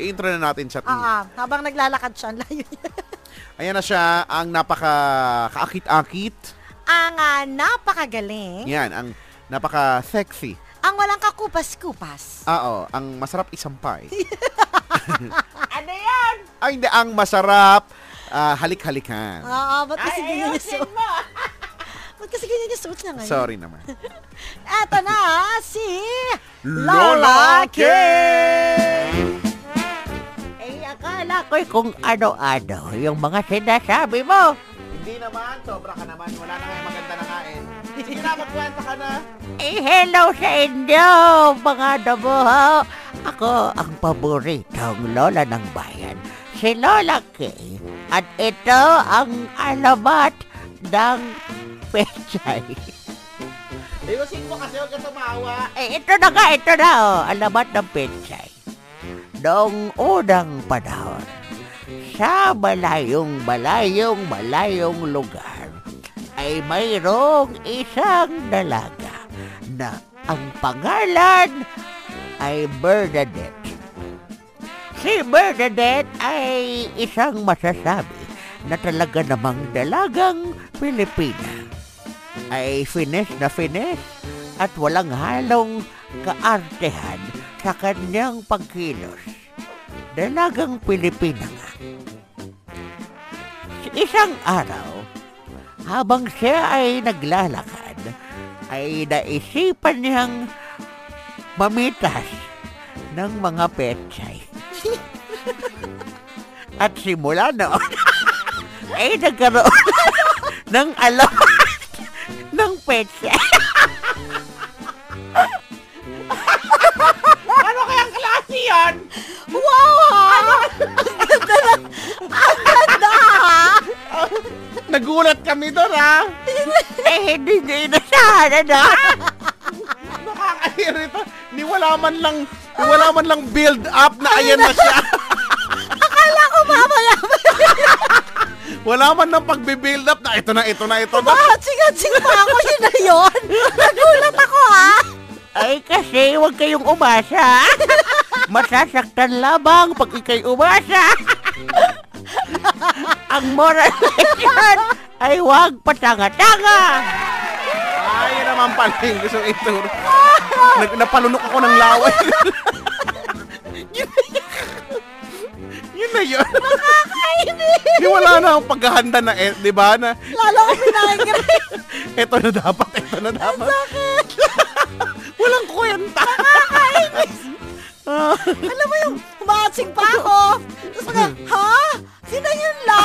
I-intro na natin siya. T. Ah, ah, habang naglalakad siya, ang layo niya. Ayan na siya, ang napaka-kaakit-akit. Ang ah, napakagaling, Yan, ang napaka-sexy. ang walang kakupas-kupas. Oo, ang masarap isampay. Ano yan? Ay, hindi, ang masarap ah, halik-halikan. Ah, ah, ba't Eh, Ay, kasi ganyan yung ayusin suot? mo. Ba't kasi ganyan yung suot niya ngayon? Sorry naman. Eto na, si... Lola K! Ay, Eh, akala ko'y kung ano-ano yung mga sinasabi mo. Hindi naman, sobra ka naman. Wala na kayong maganda na kain. Sige na, magkwenta ka na. Eh, hello sa inyo, mga damuho. Ako ang paboritong lola ng bayan, si Lola Kay. At ito ang alamat ng pechay. Ayusin mo kasi, huwag ka tumawa. Eh, ito na nga, ito na, oh, alamat ng pechay. Noong unang panahon, sa malayong malayong malayong lugar ay mayroong isang dalaga na ang pangalan ay Bernadette. Si Bernadette ay isang masasabi na talaga namang dalagang Pilipina. Ay finish na finish at walang halong kaartehan sa kanyang pagkilos. Dalagang Pilipina nga. Isang araw, habang siya ay naglalakad, ay naisipan niyang mamitas ng mga petsay. At simula noon, ay nagkaroon ng alam ng petsay. ano kayang klase yan? Wow, ha? ang ganda na... Ang ganda, ha? Nagulat kami doon, ha? Eh, hindi ano? na inasahan na. Nakakairita. Ni wala man lang, ni wala man lang build up na ayan na siya. Akala ko mamaya. Wala man lang pagbe-build up na ito na, ito na, ito na. Mahatsing-hatsing Ah, pa ako, yun na yun. Nagulat ako, ha? Ay kasi huwag kayong umasa. Masasaktan lamang pag ikay umasa. Ang moral lesson ay huwag patanga-tanga. Ay, yun naman pala yung gusto kong ituro. Nag- napalunok ako ng laway. yun na yun. Nakakainis. Di wala na ang paghahanda na, eh, di ba? Na, Lalo ko pinangirip. ito na dapat, ito na dapat. Bakit? Walang kwenta. Ah. Alam mo yung humahatsing pa ako. Tapos mga, ha? Sino yun la?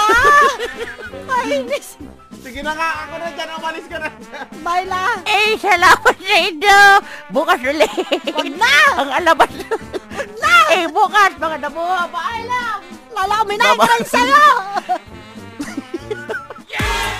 Kainis. Sige na nga, ako na dyan. Umalis ka na dyan. Bayla. Eh, salamat sa inyo. Bukas ulit. Wag na! Ang alamat. Wag na! Eh, bukas mga damuha. Paalam! Lala, may nagrang sa'yo.